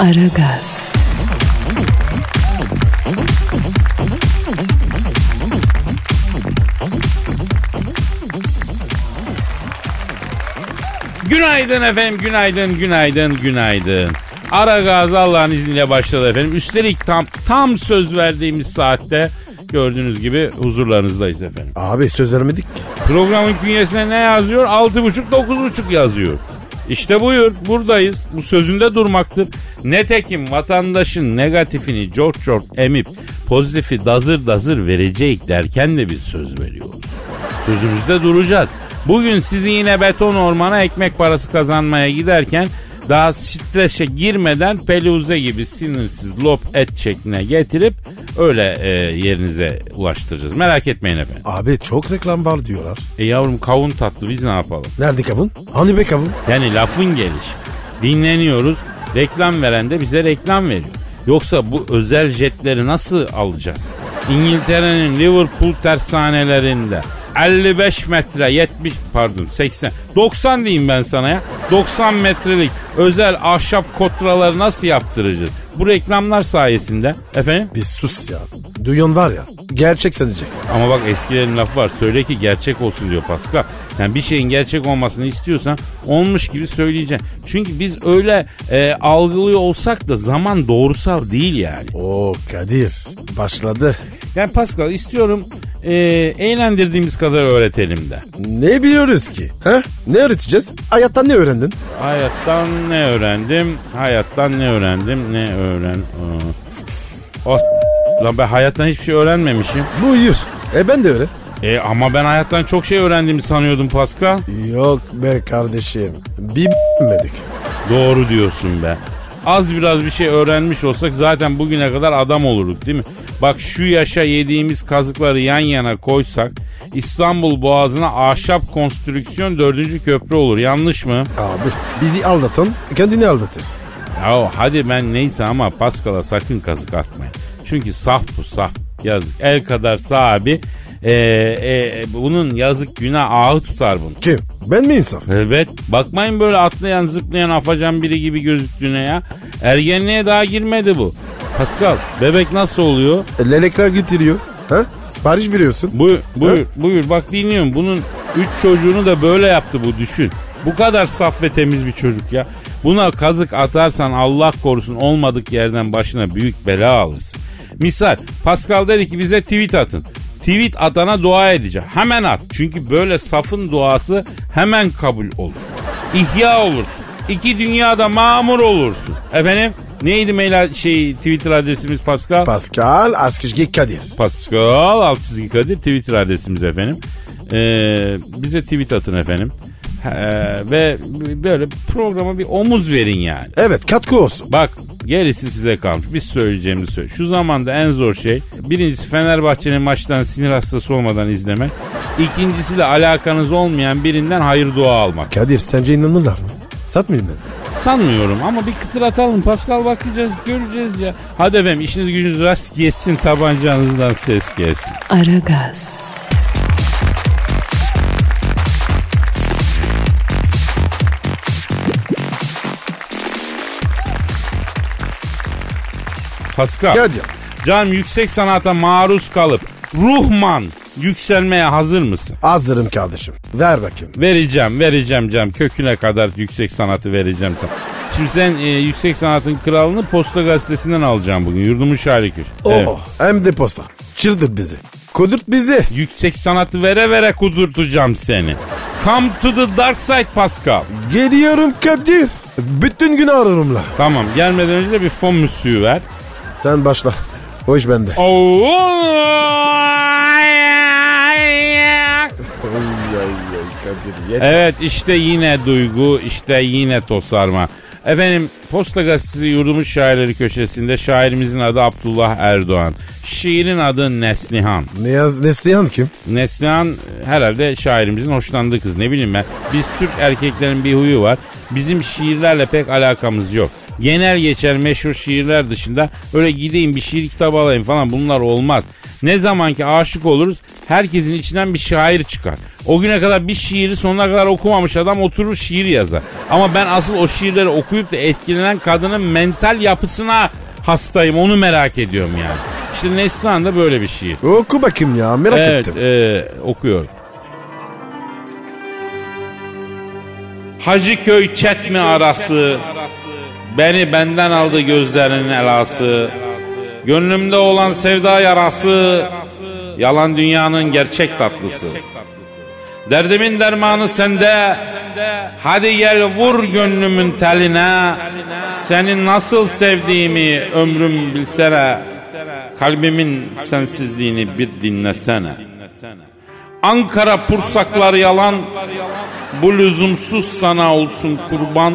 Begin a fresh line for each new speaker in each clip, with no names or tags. Aragaz,
Günaydın efendim, günaydın, günaydın, günaydın. Ara gaz Allah'ın izniyle başladı efendim. Üstelik tam tam söz verdiğimiz saatte gördüğünüz gibi huzurlarınızdayız efendim.
Abi söz vermedik ki.
Programın künyesine ne yazıyor? 6.30-9.30 yazıyor. İşte buyur buradayız. Bu sözünde durmaktır. Netekim vatandaşın negatifini cort cort emip pozitifi dazır dazır verecek derken de biz söz veriyoruz. Sözümüzde duracağız. Bugün sizi yine beton ormana ekmek parası kazanmaya giderken daha strese girmeden peluze gibi sinirsiz lop et şekline getirip öyle e, yerinize ulaştıracağız. Merak etmeyin efendim.
Abi çok reklam var diyorlar.
E yavrum kavun tatlı biz ne yapalım?
Nerede kavun? Hani be kavun?
Yani lafın gelişi. Dinleniyoruz. Reklam veren de bize reklam veriyor. Yoksa bu özel jetleri nasıl alacağız? İngiltere'nin Liverpool tersanelerinde 55 metre 70 pardon 80 90 diyeyim ben sana ya 90 metrelik özel ahşap kotraları nasıl yaptıracağız? Bu reklamlar sayesinde efendim
Bir sus ya. Duyan var ya. Gerçek sanacak.
Ama bak eskilerin lafı var. Söyle ki gerçek olsun diyor Pascal. Yani bir şeyin gerçek olmasını istiyorsan olmuş gibi söyleyeceksin. Çünkü biz öyle e, algılıyor olsak da zaman doğrusal değil yani.
Oo Kadir. Başladı.
Yani Pascal istiyorum e, eğlendirdiğimiz kadar öğretelim de.
Ne biliyoruz ki? He? Ne öğreteceğiz? Hayattan ne öğrendin?
Hayattan ne öğrendim? Hayattan ne öğrendim? Ne öğren... Aa. Ah, Lan ben hayattan hiçbir şey öğrenmemişim.
Buyur. E ben de öyle.
E ama ben hayattan çok şey öğrendiğimi sanıyordum Pascal.
Yok be kardeşim. Bir bilmedik.
Doğru diyorsun be. Az biraz bir şey öğrenmiş olsak zaten bugüne kadar adam olurduk değil mi? Bak şu yaşa yediğimiz kazıkları yan yana koysak İstanbul Boğazı'na ahşap konstrüksiyon dördüncü köprü olur yanlış mı?
Abi bizi aldatan kendini aldatır.
Ya hadi ben neyse ama Paskal'a sakın kazık atmayın. Çünkü saf bu saf yazık el kadar sahibi ee, e, bunun yazık günah ağı tutar bunu.
Kim? Ben miyim saf?
Evet. Bakmayın böyle atlayan zıplayan afacan biri gibi gözüktüğüne ya. Ergenliğe daha girmedi bu. Pascal bebek nasıl oluyor?
E, Lelekler getiriyor. Ha? Sipariş veriyorsun.
Buyur buyur buyur bak dinliyorum. Bunun üç çocuğunu da böyle yaptı bu düşün. Bu kadar saf ve temiz bir çocuk ya. Buna kazık atarsan Allah korusun olmadık yerden başına büyük bela alırsın. Misal Pascal der ki bize tweet atın. Tweet atana dua edeceğim. Hemen at. Çünkü böyle safın duası hemen kabul olur. İhya olursun. İki dünyada mamur olursun. Efendim neydi mail şey Twitter adresimiz Pascal?
Pascal Askışki Kadir.
Pascal alt çizgi Kadir Twitter adresimiz efendim. Ee, bize tweet atın efendim. Ee, ve böyle programa bir omuz verin yani.
Evet katkı olsun.
Bak gerisi size kalmış. Biz söyleyeceğimizi söyle. Şu zamanda en zor şey birincisi Fenerbahçe'nin maçtan sinir hastası olmadan izlemek. İkincisi de alakanız olmayan birinden hayır dua almak.
Kadir sence inanırlar mı? Satmayayım ben.
Sanmıyorum ama bir kıtır atalım. Pascal bakacağız göreceğiz ya. Hadi efendim işiniz gücünüz rast gelsin tabancanızdan ses gelsin.
Aragaz,
Pascal.
Kadir.
Canım yüksek sanata maruz kalıp ruhman yükselmeye hazır mısın?
Hazırım kardeşim. Ver bakayım.
Vereceğim vereceğim canım köküne kadar yüksek sanatı vereceğim sana. Şimdi sen e, yüksek sanatın kralını posta gazetesinden alacağım bugün. Yurdumun şairi köşe.
Oo,
Evet.
hem de posta. Çıldır bizi. Kudurt bizi.
Yüksek sanatı vere vere kudurtacağım seni. Come to the dark side Pascal.
Geliyorum Kadir. Bütün gün ararımla.
Tamam gelmeden önce de bir fon müsüğü ver.
Sen başla. O iş bende.
Oo!
Kadir yeter.
Evet işte yine duygu, işte yine tosarma. Efendim Posta Gazetesi yurdumuz şairleri köşesinde şairimizin adı Abdullah Erdoğan. Şiirin adı Neslihan.
Ne yaz, Neslihan kim?
Neslihan e, herhalde şairimizin hoşlandığı kız ne bileyim ben. Biz Türk erkeklerin bir huyu var. Bizim şiirlerle pek alakamız yok. Genel geçer meşhur şiirler dışında öyle gideyim bir şiir kitabı alayım falan bunlar olmaz. Ne zaman ki aşık oluruz herkesin içinden bir şair çıkar. O güne kadar bir şiiri sonuna kadar okumamış adam oturur şiir yazar. Ama ben asıl o şiirleri okuyup da etkilenen kadının mental yapısına hastayım onu merak ediyorum yani. İşte Neslihan da böyle bir şiir.
Oku bakayım ya merak
Evet,
ettim.
e, okuyor. Hacıköy Çetmi arası beni benden aldı gözlerinin elası. Gönlümde olan sevda yarası yalan dünyanın gerçek tatlısı. Derdimin dermanı sende. Hadi gel vur gönlümün teline. Seni nasıl sevdiğimi ömrüm bilsene. Kalbimin sensizliğini bir dinlesene. Ankara pursakları yalan. Bu lüzumsuz sana olsun kurban.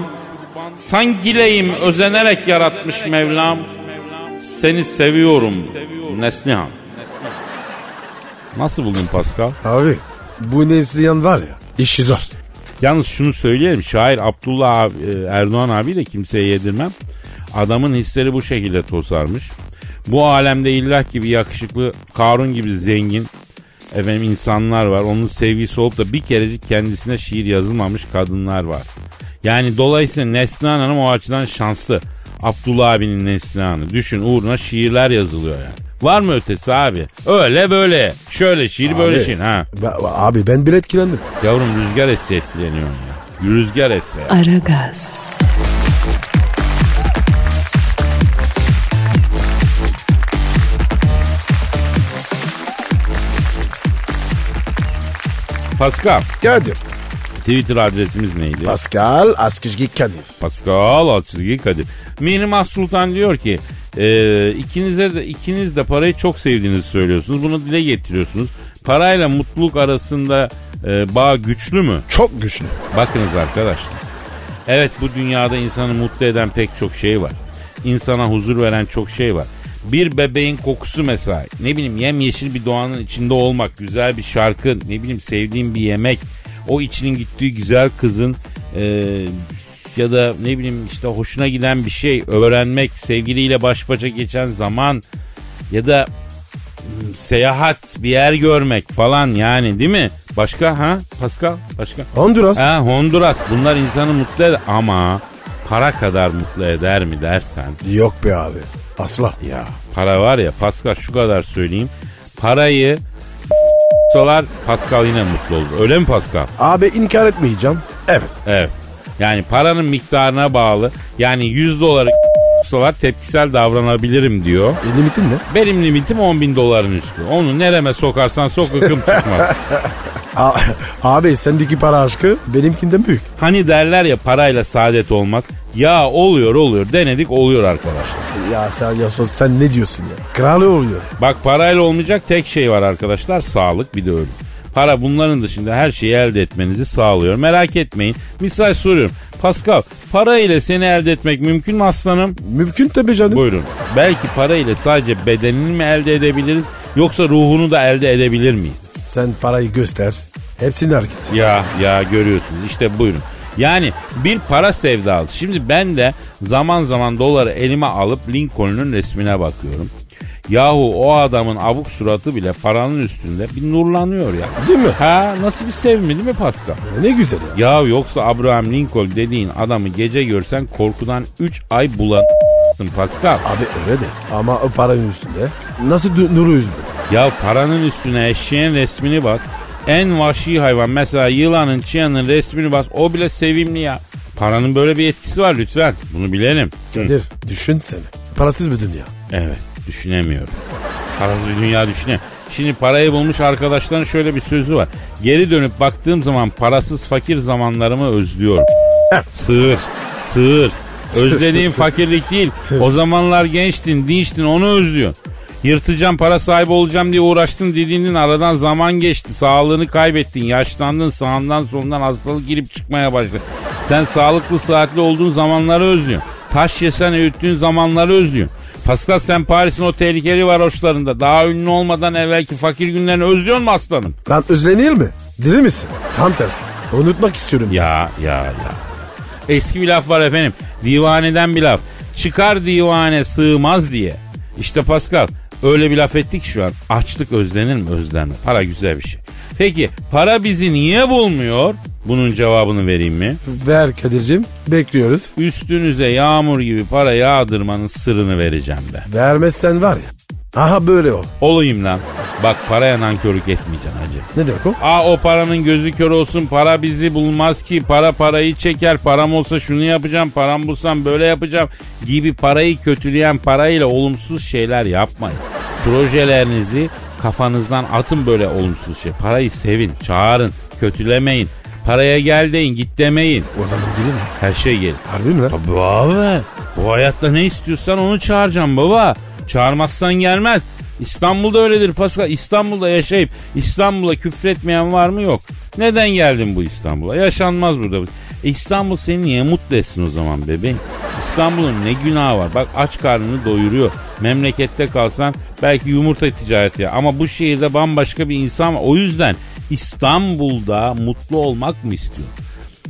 Sangileyim özenerek yaratmış Mevlam. Seni seviyorum Neslihan. Nasıl buldun Pascal?
Abi bu Neslihan var ya işi zor.
Yalnız şunu söyleyelim. Şair Abdullah abi, e, Erdoğan abi de kimseye yedirmem. Adamın hisleri bu şekilde tosarmış. Bu alemde illah gibi yakışıklı, Karun gibi zengin efendim insanlar var. Onun sevgisi olup da bir kerecik kendisine şiir yazılmamış kadınlar var. Yani dolayısıyla Neslihan Hanım o açıdan şanslı. Abdullah abinin Neslihan'ı. Düşün uğruna şiirler yazılıyor yani. Var mı ötesi abi? Öyle böyle. Şöyle şiir böyle
Abi,
şiir. Ha.
ba- abi ben bile etkilendim.
Yavrum rüzgar esse etkileniyorsun ya. Rüzgar esse.
Aragaz,
Pascal.
Kadir.
Twitter adresimiz neydi?
Pascal Askizgi Kadir.
Pascal alt çizgi Kadir. Mihrimah Sultan diyor ki e, ikinize de ikiniz de parayı çok sevdiğinizi söylüyorsunuz. Bunu dile getiriyorsunuz. Parayla mutluluk arasında e, bağ güçlü mü?
Çok güçlü.
Bakınız arkadaşlar. Evet bu dünyada insanı mutlu eden pek çok şey var. İnsana huzur veren çok şey var. Bir bebeğin kokusu mesela. Ne bileyim yemyeşil bir doğanın içinde olmak, güzel bir şarkı, ne bileyim sevdiğin bir yemek, o içinin gittiği güzel kızın eee, ya da ne bileyim işte hoşuna giden bir şey öğrenmek, sevgiliyle baş başa geçen zaman ya da hmm, seyahat, bir yer görmek falan yani değil mi? Başka ha? Pascal? Başka?
Honduras.
Ha, Honduras. Bunlar insanı mutlu eder ama para kadar mutlu eder mi dersen
Yok be abi. Asla.
ya para var ya Pascal şu kadar söyleyeyim. Parayı solar Pascal yine mutlu olur. Öyle mi Pascal?
Abi inkar etmeyeceğim. Evet.
Evet. Yani paranın miktarına bağlı. Yani 100 doları solar tepkisel davranabilirim diyor.
E, limitin ne?
Benim limitim 10 bin doların üstü. Onu nereme sokarsan sok hıkım çıkmaz.
A- abi sendeki para aşkı benimkinden büyük.
hani derler ya parayla saadet olmaz. Ya oluyor oluyor denedik oluyor arkadaşlar.
Ya sen, ya sen- sen ne diyorsun ya? Kralı oluyor.
Bak parayla olmayacak tek şey var arkadaşlar. Sağlık bir de ölüm. Para bunların dışında her şeyi elde etmenizi sağlıyor. Merak etmeyin. Misal soruyorum. Pascal para ile seni elde etmek mümkün mü aslanım?
Mümkün tabii canım.
Buyurun. Belki para ile sadece bedenini mi elde edebiliriz yoksa ruhunu da elde edebilir miyiz?
Sen parayı göster. Hepsini hareket.
Ya ya görüyorsunuz işte buyurun. Yani bir para sevdalısı. Şimdi ben de zaman zaman doları elime alıp Lincoln'un resmine bakıyorum. Yahu o adamın abuk suratı bile paranın üstünde bir nurlanıyor ya.
Değil mi?
Ha nasıl bir sevimli değil mi Pascal?
Ne güzel ya.
Ya yoksa Abraham Lincoln dediğin adamı gece görsen korkudan 3 ay bulan Pascal.
Abi öyle de. Ama o paranın üstünde. Nasıl du- nuru üzdü?
Ya paranın üstüne eşeğin resmini bas. En vahşi hayvan mesela yılanın çıyanın resmini bas. O bile sevimli ya. Paranın böyle bir etkisi var lütfen. Bunu bilelim.
Kadir düşünsene. Parasız bir dünya.
Evet düşünemiyorum. Parasız bir dünya düşüne. Şimdi parayı bulmuş arkadaşların şöyle bir sözü var. Geri dönüp baktığım zaman parasız fakir zamanlarımı özlüyorum. Sığır, sığır. Özlediğin fakirlik değil. O zamanlar gençtin, dinçtin onu özlüyorsun. Yırtacağım para sahibi olacağım diye uğraştın dediğinin aradan zaman geçti. Sağlığını kaybettin, yaşlandın, sağından solundan hastalık girip çıkmaya başladı. Sen sağlıklı saatli olduğun zamanları özlüyorsun. Taş yesen öğüttüğün zamanları özlüyorsun. Pascal sen Paris'in o tehlikeli varoşlarında daha ünlü olmadan evvelki fakir günlerini özlüyor mu aslanım?
Lan özlenir mi? Diri misin? Tam tersi. Unutmak istiyorum.
Ya ya ya. Eski bir laf var efendim. Divaneden bir laf. Çıkar divane sığmaz diye. İşte Pascal öyle bir laf ettik şu an. Açlık özlenir mi? Özlenir. Para güzel bir şey. Peki para bizi niye bulmuyor? Bunun cevabını vereyim mi?
Ver Kadir'cim. Bekliyoruz.
Üstünüze yağmur gibi para yağdırmanın sırrını vereceğim be.
Vermezsen var ya. Aha böyle o.
Olayım lan. Bak paraya nankörlük etmeyeceksin hacı.
Ne demek o?
Aa o paranın gözü kör olsun para bizi bulmaz ki para parayı çeker param olsa şunu yapacağım param bulsam böyle yapacağım gibi parayı kötüleyen parayla olumsuz şeyler yapmayın. Projelerinizi kafanızdan atın böyle olumsuz şey. Parayı sevin, çağırın, kötülemeyin. Paraya gel deyin, git demeyin.
O zaman gelir mi?
Her şey gelir.
Harbi mi lan?
Tabii abi. Bu hayatta ne istiyorsan onu çağıracağım baba. Çağırmazsan gelmez. İstanbul'da öyledir Pascal. İstanbul'da yaşayıp İstanbul'a küfretmeyen var mı yok. Neden geldin bu İstanbul'a? Yaşanmaz burada. E İstanbul seni niye mutlu etsin o zaman bebeğim? İstanbul'un ne günahı var? Bak aç karnını doyuruyor. Memlekette kalsan belki yumurta ticareti ya. Ama bu şehirde bambaşka bir insan var. O yüzden İstanbul'da mutlu olmak mı istiyorsun?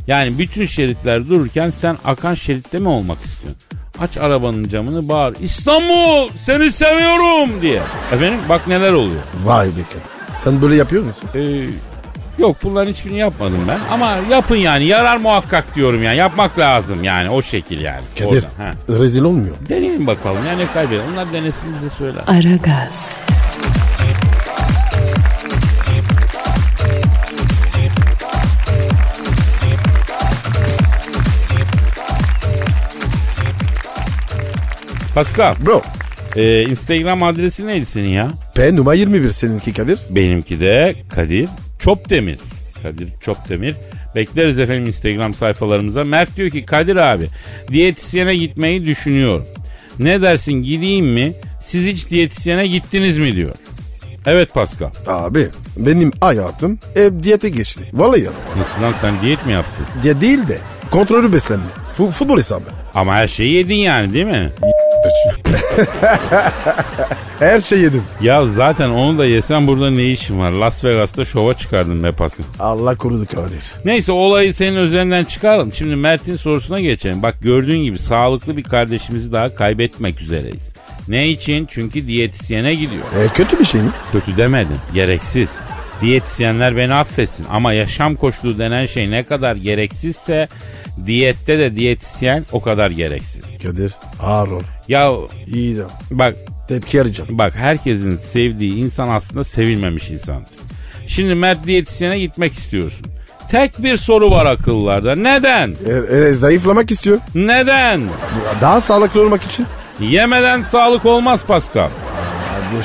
Yani bütün şeritler dururken sen akan şeritte mi olmak istiyorsun? Aç arabanın camını bağır. İstanbul seni seviyorum diye. Efendim bak neler oluyor.
Vay be Kadir. Sen böyle yapıyor musun?
Ee, yok bunların hiçbirini yapmadım ben. Ama yapın yani yarar muhakkak diyorum yani. Yapmak lazım yani o şekil yani.
Kadir
Oradan, ha.
rezil olmuyor. mu?
Deneyin bakalım yani ne kaybedelim. Onlar denesin bize söyler.
Aragaz,
Pascal
Bro.
e, Instagram adresi neydi senin ya?
P numara 21 seninki Kadir.
Benimki de Kadir Çopdemir. Kadir Çopdemir. Bekleriz efendim Instagram sayfalarımıza. Mert diyor ki Kadir abi diyetisyene gitmeyi düşünüyorum. Ne dersin gideyim mi? Siz hiç diyetisyene gittiniz mi diyor. Evet Pascal.
Abi benim hayatım hep diyete geçti. Vallahi ya.
Nasıl lan sen diyet mi yaptın?
Diye değil de kontrollü beslenme. Fu- futbol hesabı.
Ama her şeyi yedin yani değil mi?
Her şey yedim.
Ya zaten onu da yesen burada ne işin var? Las Vegas'ta şova çıkardın be Pascal.
Allah korudu Kadir.
Neyse olayı senin özelinden çıkaralım. Şimdi Mert'in sorusuna geçelim. Bak gördüğün gibi sağlıklı bir kardeşimizi daha kaybetmek üzereyiz. Ne için? Çünkü diyetisyene gidiyor.
E, kötü bir şey mi?
Kötü demedim. Gereksiz. Diyetisyenler beni affetsin ama yaşam koşulu denen şey ne kadar gereksizse diyette de diyetisyen o kadar gereksiz.
Kadir ağır ol.
Ya
İyi de
bak
tepki arayacağım.
Bak herkesin sevdiği insan aslında sevilmemiş insandır. Şimdi Mert diyetisyene gitmek istiyorsun. Tek bir soru var akıllarda. Neden?
E, e, zayıflamak istiyor.
Neden?
Daha sağlıklı olmak için.
Yemeden sağlık olmaz Pascal.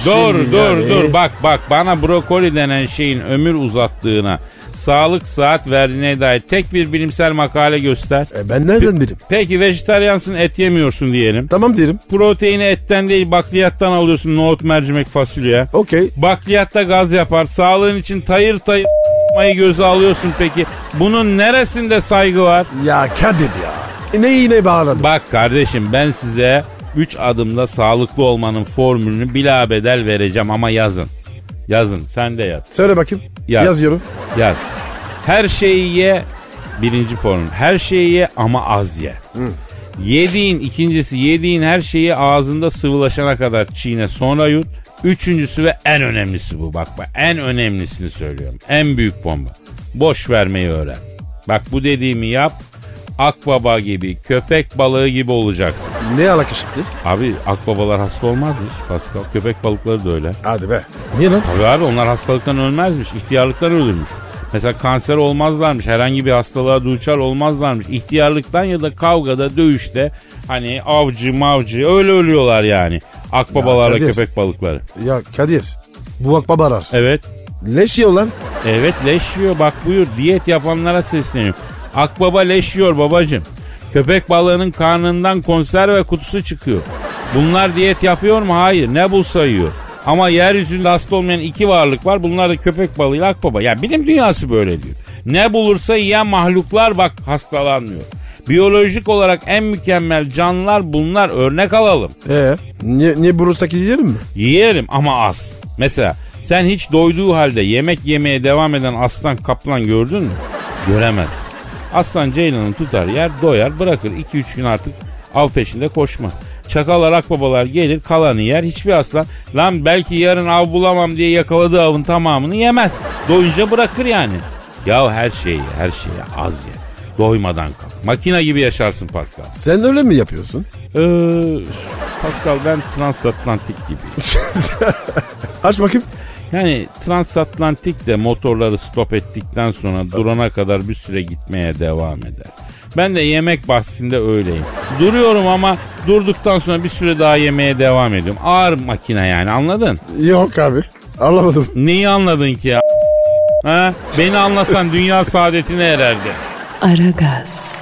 Dur dur
e,
dur bak bak bana brokoli denen şeyin ömür uzattığına sağlık saat verdiğine dair tek bir bilimsel makale göster.
E, ben nereden bileyim?
Peki vejetaryansın et yemiyorsun diyelim.
Tamam derim.
Proteini etten değil bakliyattan alıyorsun nohut mercimek fasulye.
Okey.
Bakliyatta gaz yapar. Sağlığın için tayır tayır mayı göze alıyorsun peki. Bunun neresinde saygı var?
Ya Kadir ya. Ne iğne bağladım.
Bak kardeşim ben size 3 adımda sağlıklı olmanın formülünü bila bedel vereceğim ama yazın. Yazın sen de yaz.
Söyle bakayım.
Ya.
Yazıyorum.
Yaz. Her şeyi ye birinci formül. Her şeyi ye ama az ye. Yediğin ikincisi yediğin her şeyi ağzında sıvılaşana kadar çiğne sonra yut. Üçüncüsü ve en önemlisi bu bak bak en önemlisini söylüyorum. En büyük bomba. Boş vermeyi öğren. Bak bu dediğimi yap. Akbaba gibi, köpek balığı gibi olacaksın.
Ne alaka şimdi?
Abi akbabalar hasta olmazmış Pascal. Köpek balıkları da öyle.
Hadi be. Niye lan?
Tabii abi onlar hastalıktan ölmezmiş. ihtiyarlıktan ölürmüş. Mesela kanser olmazlarmış. Herhangi bir hastalığa duçar olmazlarmış. İhtiyarlıktan ya da kavgada, dövüşte hani avcı mavcı öyle ölüyorlar yani. Akbabalarla
Ya Kadir.
köpek balıkları.
Ya Kadir. Bu akbaba arar.
Evet.
Leş yiyor lan.
Evet leş yiyor bak buyur diyet yapanlara sesleniyorum. Akbaba leş yiyor babacım. Köpek balığının karnından konserve kutusu çıkıyor. Bunlar diyet yapıyor mu? Hayır. Ne bulsa yiyor. Ama yeryüzünde hasta olmayan iki varlık var. Bunlar da köpek balığıyla akbaba. Ya bilim dünyası böyle diyor. Ne bulursa yiyen mahluklar bak hastalanmıyor. Biyolojik olarak en mükemmel canlılar bunlar. Örnek alalım.
Ee, niye, niye bulursak yiyelim mi?
Yerim ama az. Mesela sen hiç doyduğu halde yemek yemeye devam eden aslan kaplan gördün mü? Göremez. Aslan ceylanı tutar yer doyar bırakır 2-3 gün artık av peşinde koşma. Çakallar akbabalar gelir kalanı yer hiçbir aslan lan belki yarın av bulamam diye yakaladığı avın tamamını yemez. Doyunca bırakır yani. Ya her şeyi her şeyi az ye. Doymadan kal. Makina gibi yaşarsın Pascal.
Sen öyle mi yapıyorsun?
Ee, Pascal ben transatlantik gibi.
Aç bakayım.
Yani transatlantik de motorları stop ettikten sonra durana kadar bir süre gitmeye devam eder. Ben de yemek bahsinde öyleyim. Duruyorum ama durduktan sonra bir süre daha yemeye devam ediyorum. Ağır makine yani anladın?
Yok abi. Anlamadım.
Neyi anladın ki ya? Ha? Beni anlasan dünya saadetine ererdi.
Aragaz,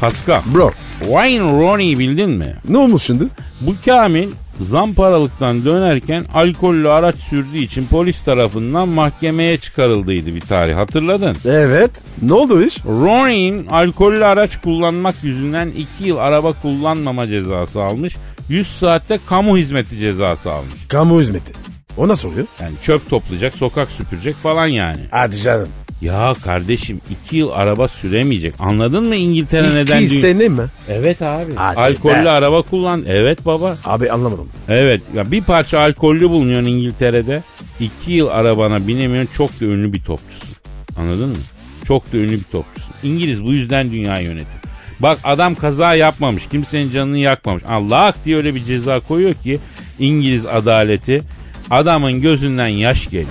Pascal,
Bro
Wayne Rooney bildin mi?
ne olmuş şimdi?
Bu Kamil zamparalıktan dönerken alkollü araç sürdüğü için polis tarafından mahkemeye çıkarıldıydı bir tarih hatırladın.
Evet. Ne oldu o iş?
Ronin alkollü araç kullanmak yüzünden 2 yıl araba kullanmama cezası almış. 100 saatte kamu hizmeti cezası almış.
Kamu hizmeti. O nasıl oluyor?
Yani çöp toplayacak, sokak süpürecek falan yani.
Hadi canım.
Ya kardeşim 2 yıl araba süremeyecek. Anladın mı İngiltere neden?
İki
dünya-
sene mi?
Evet abi.
Hadi
alkollü
be.
araba kullan. Evet baba.
Abi anlamadım.
Evet ya bir parça alkollü bulunuyor İngiltere'de. iki yıl arabana binemiyorsun çok da ünlü bir topçusun. Anladın mı? Çok da ünlü bir topçusun. İngiliz bu yüzden dünyayı yönetiyor. Bak adam kaza yapmamış. Kimsenin canını yakmamış. Allah diye öyle bir ceza koyuyor ki İngiliz adaleti adamın gözünden yaş geliyor.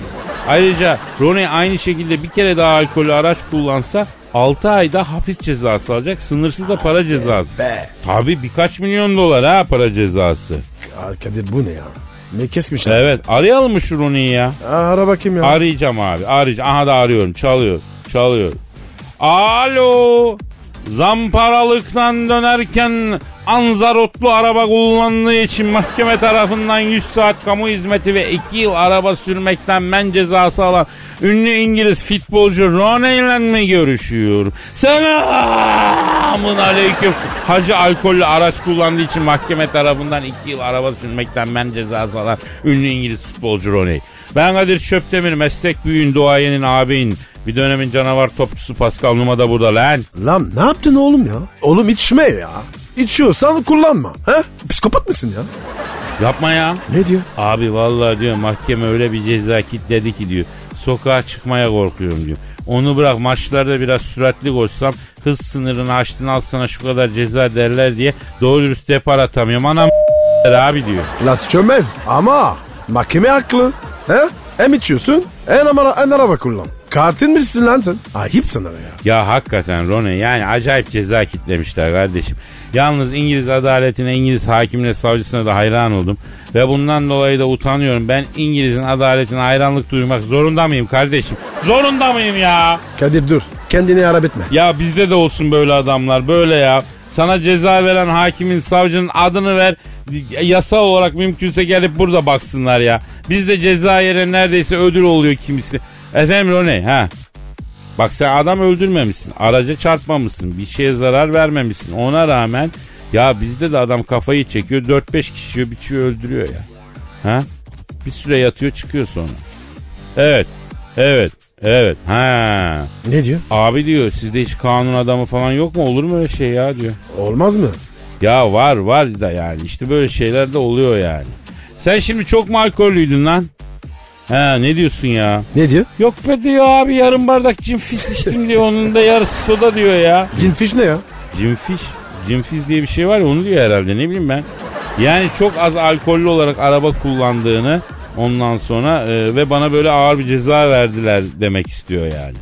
Ayrıca Rooney aynı şekilde bir kere daha alkollü araç kullansa 6 ayda hapis cezası alacak. Sınırsız da para cezası.
Be.
Tabii birkaç milyon dolar ha para cezası.
Aa, Kadir bu ne ya? Ne kesmişler?
Evet arayalım mı şu Rooney'i ya?
Aa, ara bakayım ya.
Arayacağım abi arayacağım. Aha da arıyorum çalıyor çalıyor. Alo zamparalıktan dönerken anzarotlu araba kullandığı için mahkeme tarafından 100 saat kamu hizmeti ve 2 yıl araba sürmekten men cezası alan ünlü İngiliz futbolcu Rooney ile mi görüşüyor? Selamun aleyküm. Hacı alkollü araç kullandığı için mahkeme tarafından 2 yıl araba sürmekten men cezası alan ünlü İngiliz futbolcu Rooney. Ben Kadir Çöptemir, meslek büyüğün, duayenin, ağabeyin, bir dönemin canavar topçusu Pascal Numa da burada lan.
Lan ne yaptın oğlum ya? Oğlum içme ya. İçiyorsan kullanma. He? Psikopat mısın ya?
Yapma ya.
Ne diyor?
Abi vallahi diyor mahkeme öyle bir ceza kitledi ki diyor. Sokağa çıkmaya korkuyorum diyor. Onu bırak maçlarda biraz süratli koşsam hız sınırını aştın al sana şu kadar ceza derler diye doğru dürüst depar atamıyorum. Anam abi diyor.
Las çömez ama mahkeme haklı. He? Hem içiyorsun hem, ara, hem araba kullan. Katil misin lan sen? Ayıp sana be ya.
Ya hakikaten Rone yani acayip ceza kitlemişler kardeşim. Yalnız İngiliz adaletine, İngiliz hakimine, savcısına da hayran oldum. Ve bundan dolayı da utanıyorum. Ben İngiliz'in adaletine hayranlık duymak zorunda mıyım kardeşim? Zorunda mıyım ya?
Kadir dur. Kendini harap etme.
Ya bizde de olsun böyle adamlar böyle ya. Sana ceza veren hakimin, savcının adını ver. Yasal olarak mümkünse gelip burada baksınlar ya. Bizde ceza yere neredeyse ödül oluyor kimisi. Efendim Rone ha. Bak sen adam öldürmemişsin. Araca çarpmamışsın. Bir şeye zarar vermemişsin. Ona rağmen ya bizde de adam kafayı çekiyor. 4-5 kişiyi biçiyor öldürüyor ya. Ha? Bir süre yatıyor çıkıyor sonra. Evet. Evet. Evet. Ha.
Ne diyor?
Abi diyor sizde hiç kanun adamı falan yok mu olur mu öyle şey ya diyor.
Olmaz mı?
Ya var var da yani işte böyle şeyler de oluyor yani. Sen şimdi çok mu alkollüydün lan? He ne diyorsun ya?
Ne diyor?
Yok be diyor abi yarım bardak cimfis içtim diyor onun da yarısı soda diyor ya.
Cinfiş ne ya?
Cimfiş, cimfiz diye bir şey var ya onu diyor herhalde ne bileyim ben. Yani çok az alkollü olarak araba kullandığını ondan sonra e, ve bana böyle ağır bir ceza verdiler demek istiyor yani.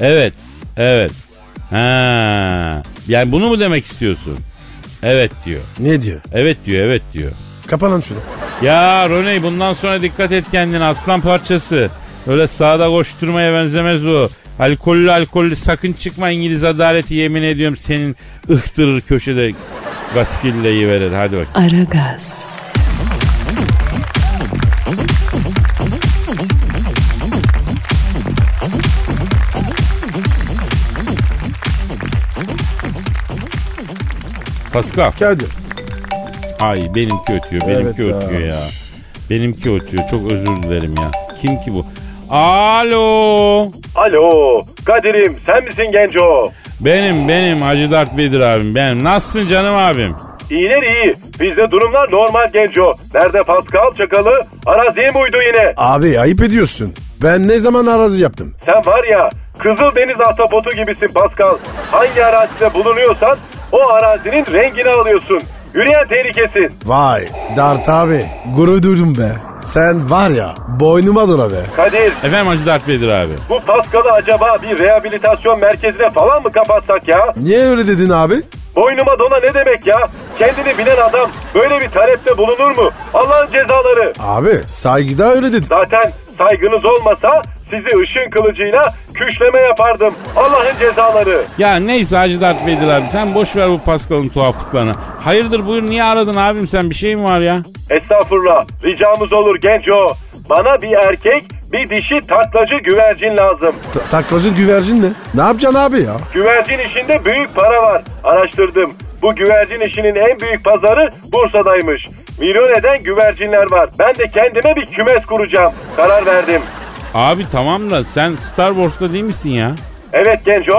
Evet, evet. Ha. Yani bunu mu demek istiyorsun? Evet diyor.
Ne diyor?
Evet diyor, evet diyor.
Kapa lan şunu.
Ya Roney bundan sonra dikkat et kendine aslan parçası. Öyle sağda koşturmaya benzemez o. Alkollü alkollü sakın çıkma İngiliz adaleti yemin ediyorum senin ıhtırır köşede gaskilleyi verir. Hadi bak.
Aragaz,
Pascal.
Kadir.
Ay benimki ötüyor, benimki
Evet ya.
ötüyor ya. Benimki ötüyor. Çok özür dilerim ya. Kim ki bu? Alo.
Alo Kadir'im sen misin Genco?
Benim benim Hacı Dert Bedir abim benim. Nasılsın canım abim?
İyiler iyi. Bizde durumlar normal Genco. Nerede Pascal Çakalı? Araziye mi uydu yine?
Abi ayıp ediyorsun. Ben ne zaman arazi yaptım?
Sen var ya Kızıldeniz ahtapotu gibisin Pascal. Hangi arazide bulunuyorsan o arazinin rengini alıyorsun. Yürüyen tehlikesin.
Vay Dart abi gurur duydum be. Sen var ya boynuma dura be.
Kadir
Efendim Hacı Dert Bedir abi.
bu Pascal'ı acaba bir rehabilitasyon merkezine falan mı kapatsak ya?
Niye öyle dedin abi?
Boynuma dona ne demek ya? Kendini bilen adam böyle bir talepte bulunur mu? Allah'ın cezaları.
Abi saygıda öyle dedin.
Zaten saygınız olmasa sizi ışın kılıcıyla küşleme yapardım. Allah'ın cezaları.
Ya neyse Hacı Dert Bedir abi sen boş ver bu Pascal'ın tuhaflıklarını. Hayırdır buyur niye aradın abim sen bir şey mi var ya?
Estağfurullah ricamız olur genco. Bana bir erkek bir dişi taklacı güvercin lazım.
Ta- taklacı güvercin ne? Ne yapacaksın abi ya?
Güvercin işinde büyük para var. Araştırdım. Bu güvercin işinin en büyük pazarı Bursa'daymış. Milyon eden güvercinler var. Ben de kendime bir kümes kuracağım. Karar verdim.
Abi tamam da sen Star Wars'ta değil misin ya?
Evet genco.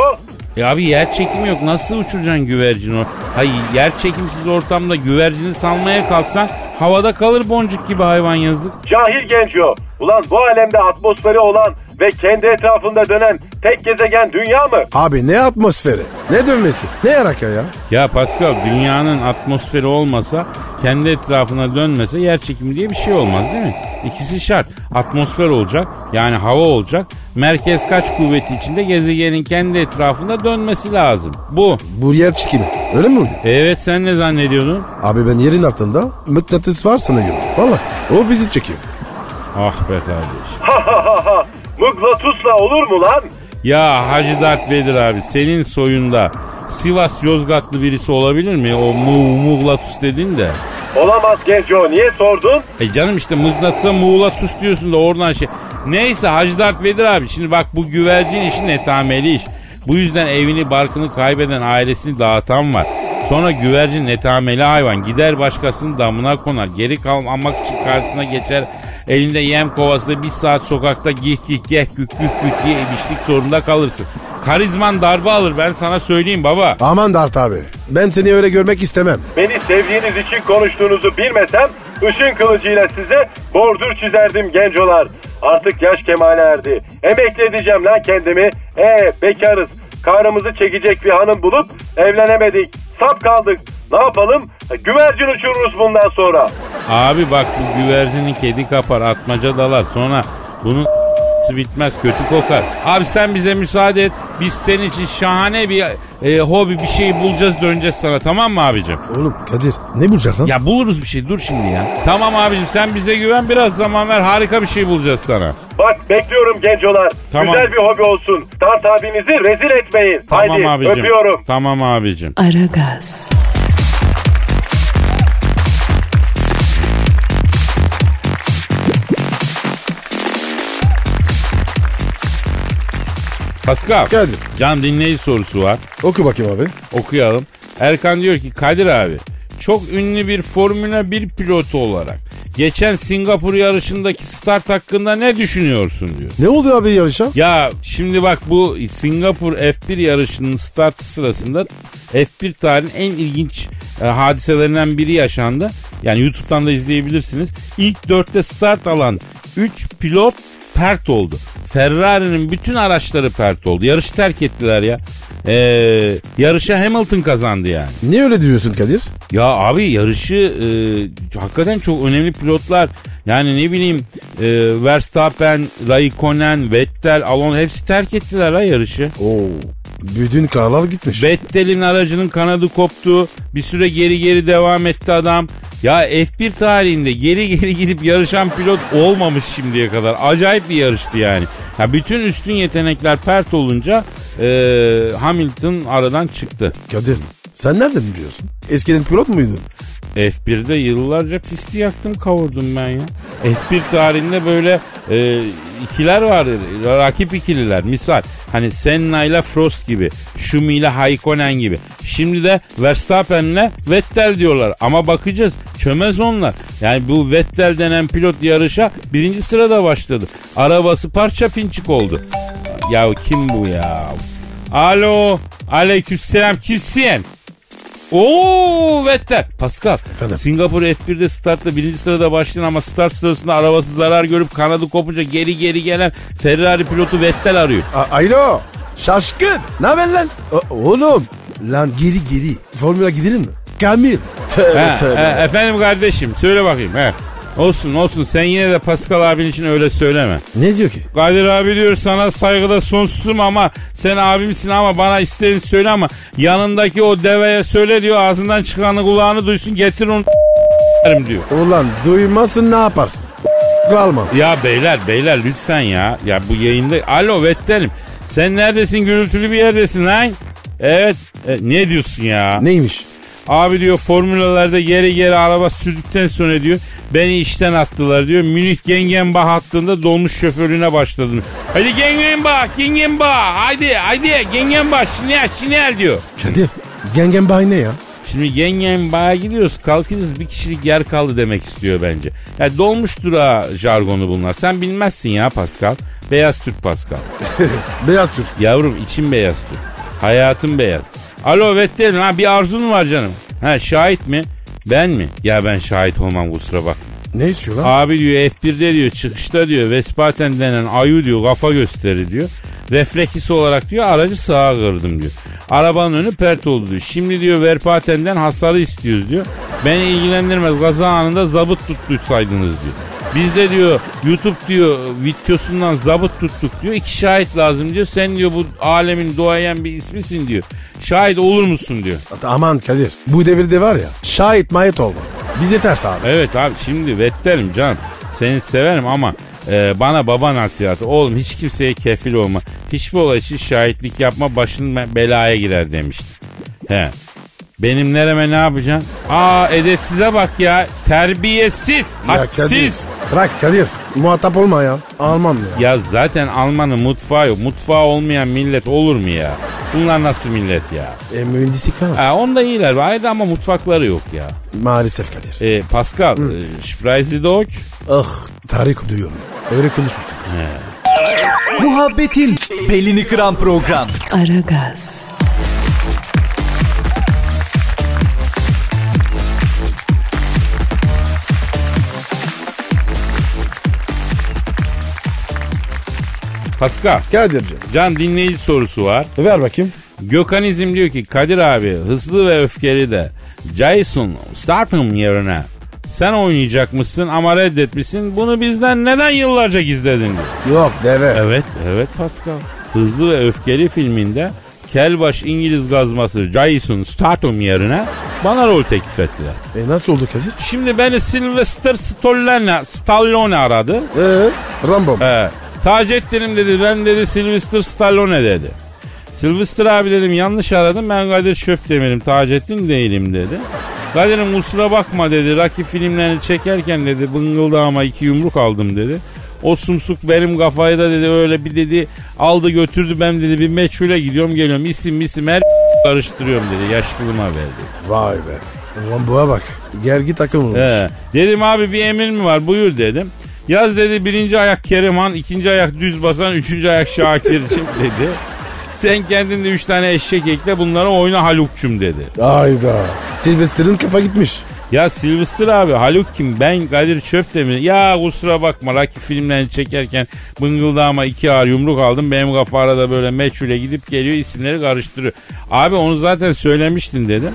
E abi yer çekimi yok. Nasıl uçuracaksın güvercini? o? Hayır yer çekimsiz ortamda güvercini salmaya kalksan havada kalır boncuk gibi hayvan yazık.
Cahil genco. Ulan bu alemde atmosferi olan ve kendi etrafında dönen tek gezegen dünya mı?
Abi ne atmosferi? Ne dönmesi? Ne yaraka ya?
Ya Pascal dünyanın atmosferi olmasa kendi etrafına dönmese yer çekimi diye bir şey olmaz değil mi? İkisi şart. Atmosfer olacak yani hava olacak. Merkez kaç kuvveti içinde gezegenin kendi etrafında dönmesi lazım. Bu. E,
Bu yer çekimi. Öyle mi oluyor?
Evet sen ne zannediyordun?
Abi ben yerin altında mıknatıs var sanıyorum. Valla o bizi çekiyor.
Ah be kardeş.
Ha ha ha ha. Mıknatısla olur mu lan?
Ya Hacı Dert Vedir abi senin soyunda Sivas Yozgatlı birisi olabilir mi? O Mu Muğlatus dedin de.
Olamaz genco. Niye sordun?
E canım işte mıknatısa Muğlatus diyorsun da oradan şey. Neyse Hacı Dert Vedir abi şimdi bak bu güvercin işi netameli iş. Bu yüzden evini barkını kaybeden ailesini dağıtan var. Sonra güvercin netameli hayvan gider başkasının damına konar. Geri kalmamak için karşısına geçer. Elinde yem kovasıyla bir saat sokakta gih gih geh gük gük gük diye ibişlik zorunda kalırsın. Karizman darbe alır ben sana söyleyeyim baba.
Aman Dart abi ben seni öyle görmek istemem.
Beni sevdiğiniz için konuştuğunuzu bilmesem ışın kılıcıyla size bordür çizerdim gencolar. Artık yaş kemale erdi. Emekli edeceğim lan kendimi. E bekarız. Karnımızı çekecek bir hanım bulup evlenemedik. Sap kaldık. Ne yapalım? E, Güvercin uçururuz bundan sonra.
Abi bak bu güvercini kedi kapar atmaca dalar sonra bunun bitmez kötü kokar. Abi sen bize müsaade et biz senin için şahane bir e, hobi bir şey bulacağız döneceğiz sana tamam mı abicim?
Oğlum Kadir ne bulacaksın?
Ya buluruz bir şey dur şimdi ya. Tamam abicim sen bize güven biraz zaman ver harika bir şey bulacağız sana.
Bak bekliyorum gencolar.
Tamam.
Güzel bir hobi olsun. Dart abinizi rezil etmeyin.
Tamam
Haydi
abicim.
öpüyorum.
Tamam abicim.
Aragaz,
Pascal.
Kadir.
Can dinleyici sorusu var.
Oku bakayım abi.
okuyalım. Erkan diyor ki Kadir abi çok ünlü bir Formula 1 pilotu olarak geçen Singapur yarışındaki start hakkında ne düşünüyorsun diyor.
Ne oluyor abi yarışa?
Ya şimdi bak bu Singapur F1 yarışının startı sırasında F1 tarihin en ilginç e, hadiselerinden biri yaşandı. Yani YouTube'dan da izleyebilirsiniz. İlk dörtte start alan 3 pilot pert oldu. Ferrari'nin bütün araçları pert oldu. Yarışı terk ettiler ya. Ee, yarışa Hamilton kazandı yani.
Niye öyle diyorsun Kadir?
Ya abi yarışı e, hakikaten çok önemli pilotlar. Yani ne bileyim e, Verstappen, Raikkonen, Vettel, Alonso hepsi terk ettiler ha yarışı.
Oo. Bütün karlar gitmiş.
Vettel'in aracının kanadı koptu. Bir süre geri geri devam etti adam. Ya F1 tarihinde geri geri gidip yarışan pilot olmamış şimdiye kadar. Acayip bir yarıştı yani. Ya bütün üstün yetenekler pert olunca e, Hamilton aradan çıktı.
Kadir sen nereden biliyorsun? Eskiden pilot muydun?
F1'de yıllarca pisti yaktım kavurdum ben ya. F1 tarihinde böyle e, ikiler vardı. Rakip ikililer. Misal hani Senna ile Frost gibi. Schumi ile Raikkonen gibi. Şimdi de Verstappen ile Vettel diyorlar. Ama bakacağız çömez onlar. Yani bu Vettel denen pilot yarışa birinci sırada başladı. Arabası parça pinçik oldu. Ya kim bu ya? Alo. Aleykümselam kimsin? Oo Vettel. Pascal.
Efendim?
Singapur F1'de startla birinci sırada başlayan ama start sırasında arabası zarar görüp kanadı kopunca geri geri gelen Ferrari pilotu Vettel arıyor.
A- Alo şaşkın ne haber lan? O- oğlum lan geri geri formüla gidelim mi? Kamil. Tövbe
He,
tövbe.
he, efendim kardeşim söyle bakayım. He. Olsun olsun sen yine de Pascal abin için öyle söyleme.
Ne diyor ki?
Kadir abi diyor sana saygıda sonsuzum ama sen abimsin ama bana istediğini söyle ama yanındaki o deveye söyle diyor ağzından çıkanı kulağını duysun getir onu diyor.
Ulan duymasın ne yaparsın? Alma.
Ya beyler beyler lütfen ya. Ya bu yayında. Alo Vettel'im. Sen neredesin gürültülü bir yerdesin lan. Evet. E, ne diyorsun ya?
Neymiş?
Abi diyor formülalarda geri geri araba sürdükten sonra diyor beni işten attılar diyor. Münih Gengenbach hattında dolmuş şoförlüğüne başladım. Hadi Gengenbach Gengenbach hadi hadi Gengenbach şinel şinel diyor.
Kadir yengem bay ne ya?
Şimdi yengen bağa gidiyoruz kalkıyoruz bir kişilik yer kaldı demek istiyor bence. Ya dolmuş durağı jargonu bunlar. Sen bilmezsin ya Pascal. Beyaz Türk Pascal.
Beyaz Türk.
Yavrum için beyaz Türk. Hayatım beyaz. Alo Vettel ha bir arzun var canım. Ha şahit mi? Ben mi? Ya ben şahit olmam kusura bak.
Ne istiyor lan?
Abi diyor F1'de diyor çıkışta diyor Vespaten denen ayu diyor kafa gösteri diyor. Refleksi olarak diyor aracı sağa kırdım diyor. Arabanın önü pert oldu diyor. Şimdi diyor Verpaten'den hasarı istiyoruz diyor. Beni ilgilendirmez kaza anında zabıt tuttuysaydınız diyor. Biz de diyor YouTube diyor videosundan zabıt tuttuk diyor. İki şahit lazım diyor. Sen diyor bu alemin doğayan bir ismisin diyor. Şahit olur musun diyor.
Aman Kadir bu devirde var ya şahit mayet olma. Biz yeter abi.
Evet abi şimdi Vettel'im canım. Seni severim ama e, bana baba nasihatı. Oğlum hiç kimseye kefil olma. Hiçbir olay için şahitlik yapma başın be- belaya girer demişti. He. Benim nereme ne yapacaksın? Aa edepsize bak ya. Terbiyesiz. Hadsiz.
Bırak Kadir muhatap olma ya. Almam ya.
Ya zaten Alman'ın mutfağı yok. Mutfağı olmayan millet olur mu ya? Bunlar nasıl millet ya?
E, mühendislik falan.
Ha, onda iyiler. Ayrı ama mutfakları yok ya.
Maalesef Kadir.
E, Pascal, e, Sprite Dog.
Ah tarih duyuyorum. Öyle konuşma Kadir.
Muhabbetin belini kıran program.
Aragaz,
Pascal.
Kadir'cim
Can dinleyici sorusu var.
ver bakayım.
Gökhanizm diyor ki Kadir abi hızlı ve öfkeli de Jason Statham yerine sen oynayacakmışsın ama reddetmişsin. Bunu bizden neden yıllarca gizledin? diyor.
Yok deve.
Evet, evet Pascal. Hızlı ve öfkeli filminde Kelbaş İngiliz gazması Jason Statham yerine bana rol teklif ettiler.
E, nasıl oldu Kadir?
Şimdi beni Sylvester Stallone, Stallone aradı.
Eee Rambo.
He. Taceddin'im dedi ben dedi Sylvester Stallone dedi. Sylvester abi dedim yanlış aradım ben Kadir Şöpdemir'im Taceddin değilim dedi. Kadir'im kusura bakma dedi Rocky filmlerini çekerken dedi bıngıldağıma iki yumruk aldım dedi. O sumsuk benim kafayı da dedi öyle bir dedi aldı götürdü ben dedi bir meçhule gidiyorum geliyorum isim isim her karıştırıyorum dedi yaşlılığıma verdi.
Vay be. Rambo'ya bak. Gergi takım olmuş.
He. Dedim abi bir emir mi var buyur dedim. Yaz dedi birinci ayak Kerimhan, ikinci ayak düz basan, üçüncü ayak Şakir'cim dedi. Sen kendin de üç tane eşek ekle bunlara oyna Haluk'cum dedi.
Hayda. Sylvester'ın kafa gitmiş.
Ya Sylvester abi Haluk kim ben Kadir Çöpdemir. Ya kusura bakma Rocky filmlerini çekerken bıngıldağıma iki ağır yumruk aldım. Benim kafa arada böyle meçhule gidip geliyor isimleri karıştırıyor. Abi onu zaten söylemiştin dedim.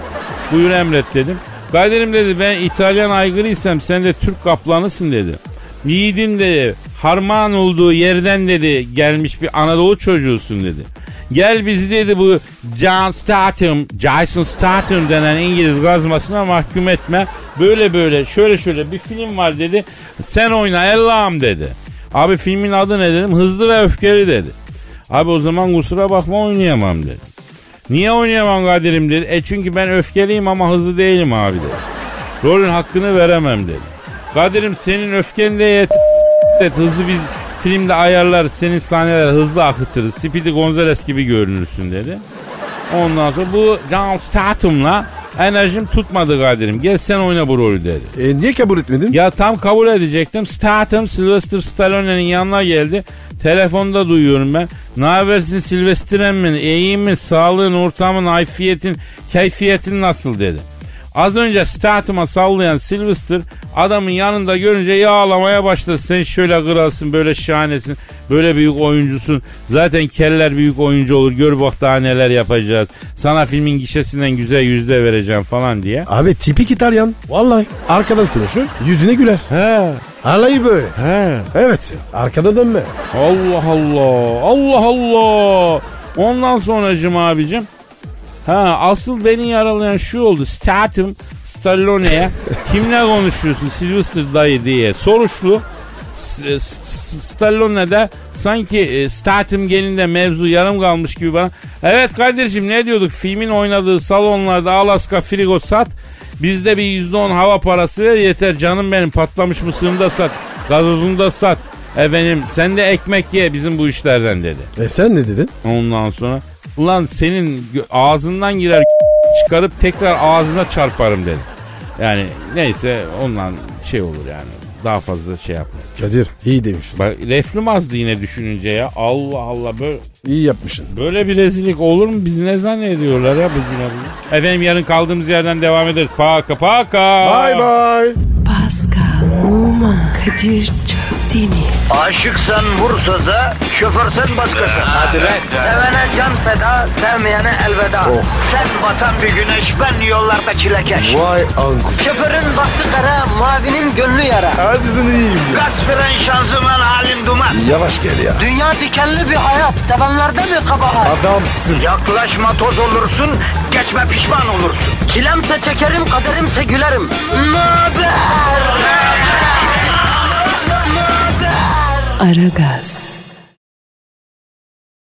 Buyur emret dedim. Kadir'im dedi ben İtalyan aygırıysam sen de Türk kaplanısın dedi. Yiğidin dedi harman olduğu yerden dedi gelmiş bir Anadolu çocuğusun dedi. Gel bizi dedi bu John Statham, Jason Statham denen İngiliz gazmasına mahkum etme. Böyle böyle şöyle şöyle bir film var dedi. Sen oyna Allah'ım dedi. Abi filmin adı ne dedim? Hızlı ve öfkeli dedi. Abi o zaman kusura bakma oynayamam dedi. Niye oynayamam Kadir'im dedi. E çünkü ben öfkeliyim ama hızlı değilim abi dedi. Rolün hakkını veremem dedi. Kadir'im senin öfken de yet. Evet, hızlı biz filmde ayarlar senin sahneler hızlı akıtırız. Speedy Gonzales gibi görünürsün dedi. Ondan sonra bu John Statham'la enerjim tutmadı Kadir'im. Gel sen oyna bu rolü dedi.
E, niye kabul etmedin?
Ya tam kabul edecektim. Statham Sylvester Stallone'nin yanına geldi. Telefonda duyuyorum ben. Ne habersin Sylvester emmin? İyi mi? Sağlığın, ortamın, hayfiyetin, keyfiyetin nasıl dedi. Az önce Statham'a sallayan Sylvester adamın yanında görünce yağlamaya başladı. Sen şöyle kralsın, böyle şahanesin, böyle büyük oyuncusun. Zaten keller büyük oyuncu olur. Gör bak daha neler yapacağız. Sana filmin gişesinden güzel yüzde vereceğim falan diye.
Abi tipik İtalyan. Vallahi. Arkadan konuşur, yüzüne güler.
He,
Alayı böyle.
he.
Evet, arkada dönme.
Allah Allah. Allah Allah. Ondan sonracım abicim. Ha asıl beni yaralayan şu oldu. Statham Stallone'ye kimle konuşuyorsun Sylvester dayı diye soruşlu. S- S- Stallone de sanki e, Statham gelinde mevzu yarım kalmış gibi bana. Evet Kadir'cim ne diyorduk filmin oynadığı salonlarda Alaska Frigo sat. Bizde bir %10 hava parası ver yeter canım benim patlamış mısırını da sat. Gazozunu da sat. Efendim sen de ekmek ye bizim bu işlerden dedi.
E sen ne dedin?
Ondan sonra ulan senin gö- ağzından girer çıkarıp tekrar ağzına çarparım dedim. Yani neyse ondan şey olur yani daha fazla şey yapma.
Kadir, iyi demişsin.
Bak reflüm azdı yine düşününce ya. Allah Allah böyle,
İyi yapmışsın.
böyle bir rezillik olur mu? Biz ne zannediyorlar ya bugüne bugün? Efendim yarın kaldığımız yerden devam ederiz. Paka paka.
Bye bye.
Pascal, Oman, Kadir çok değil mi?
Aşıksan vursa da, şoförsen başkasın. Hadi Sevene can feda, sevmeyene elveda. Sen batan bir güneş, ben yollarda çilekeş.
Vay anku.
Şoförün baktı kara, mavinin gönlü yara.
Hadi sen iyiyim ya.
Kasperen şanzıman halin duman.
Yavaş gel ya.
Dünya dikenli bir hayat, sevenlerde mi kabahar?
Adamsın.
Yaklaşma toz olursun, geçme pişman olursun. Çilemse çekerim, kaderimse gülerim. Möber!
Aragaz.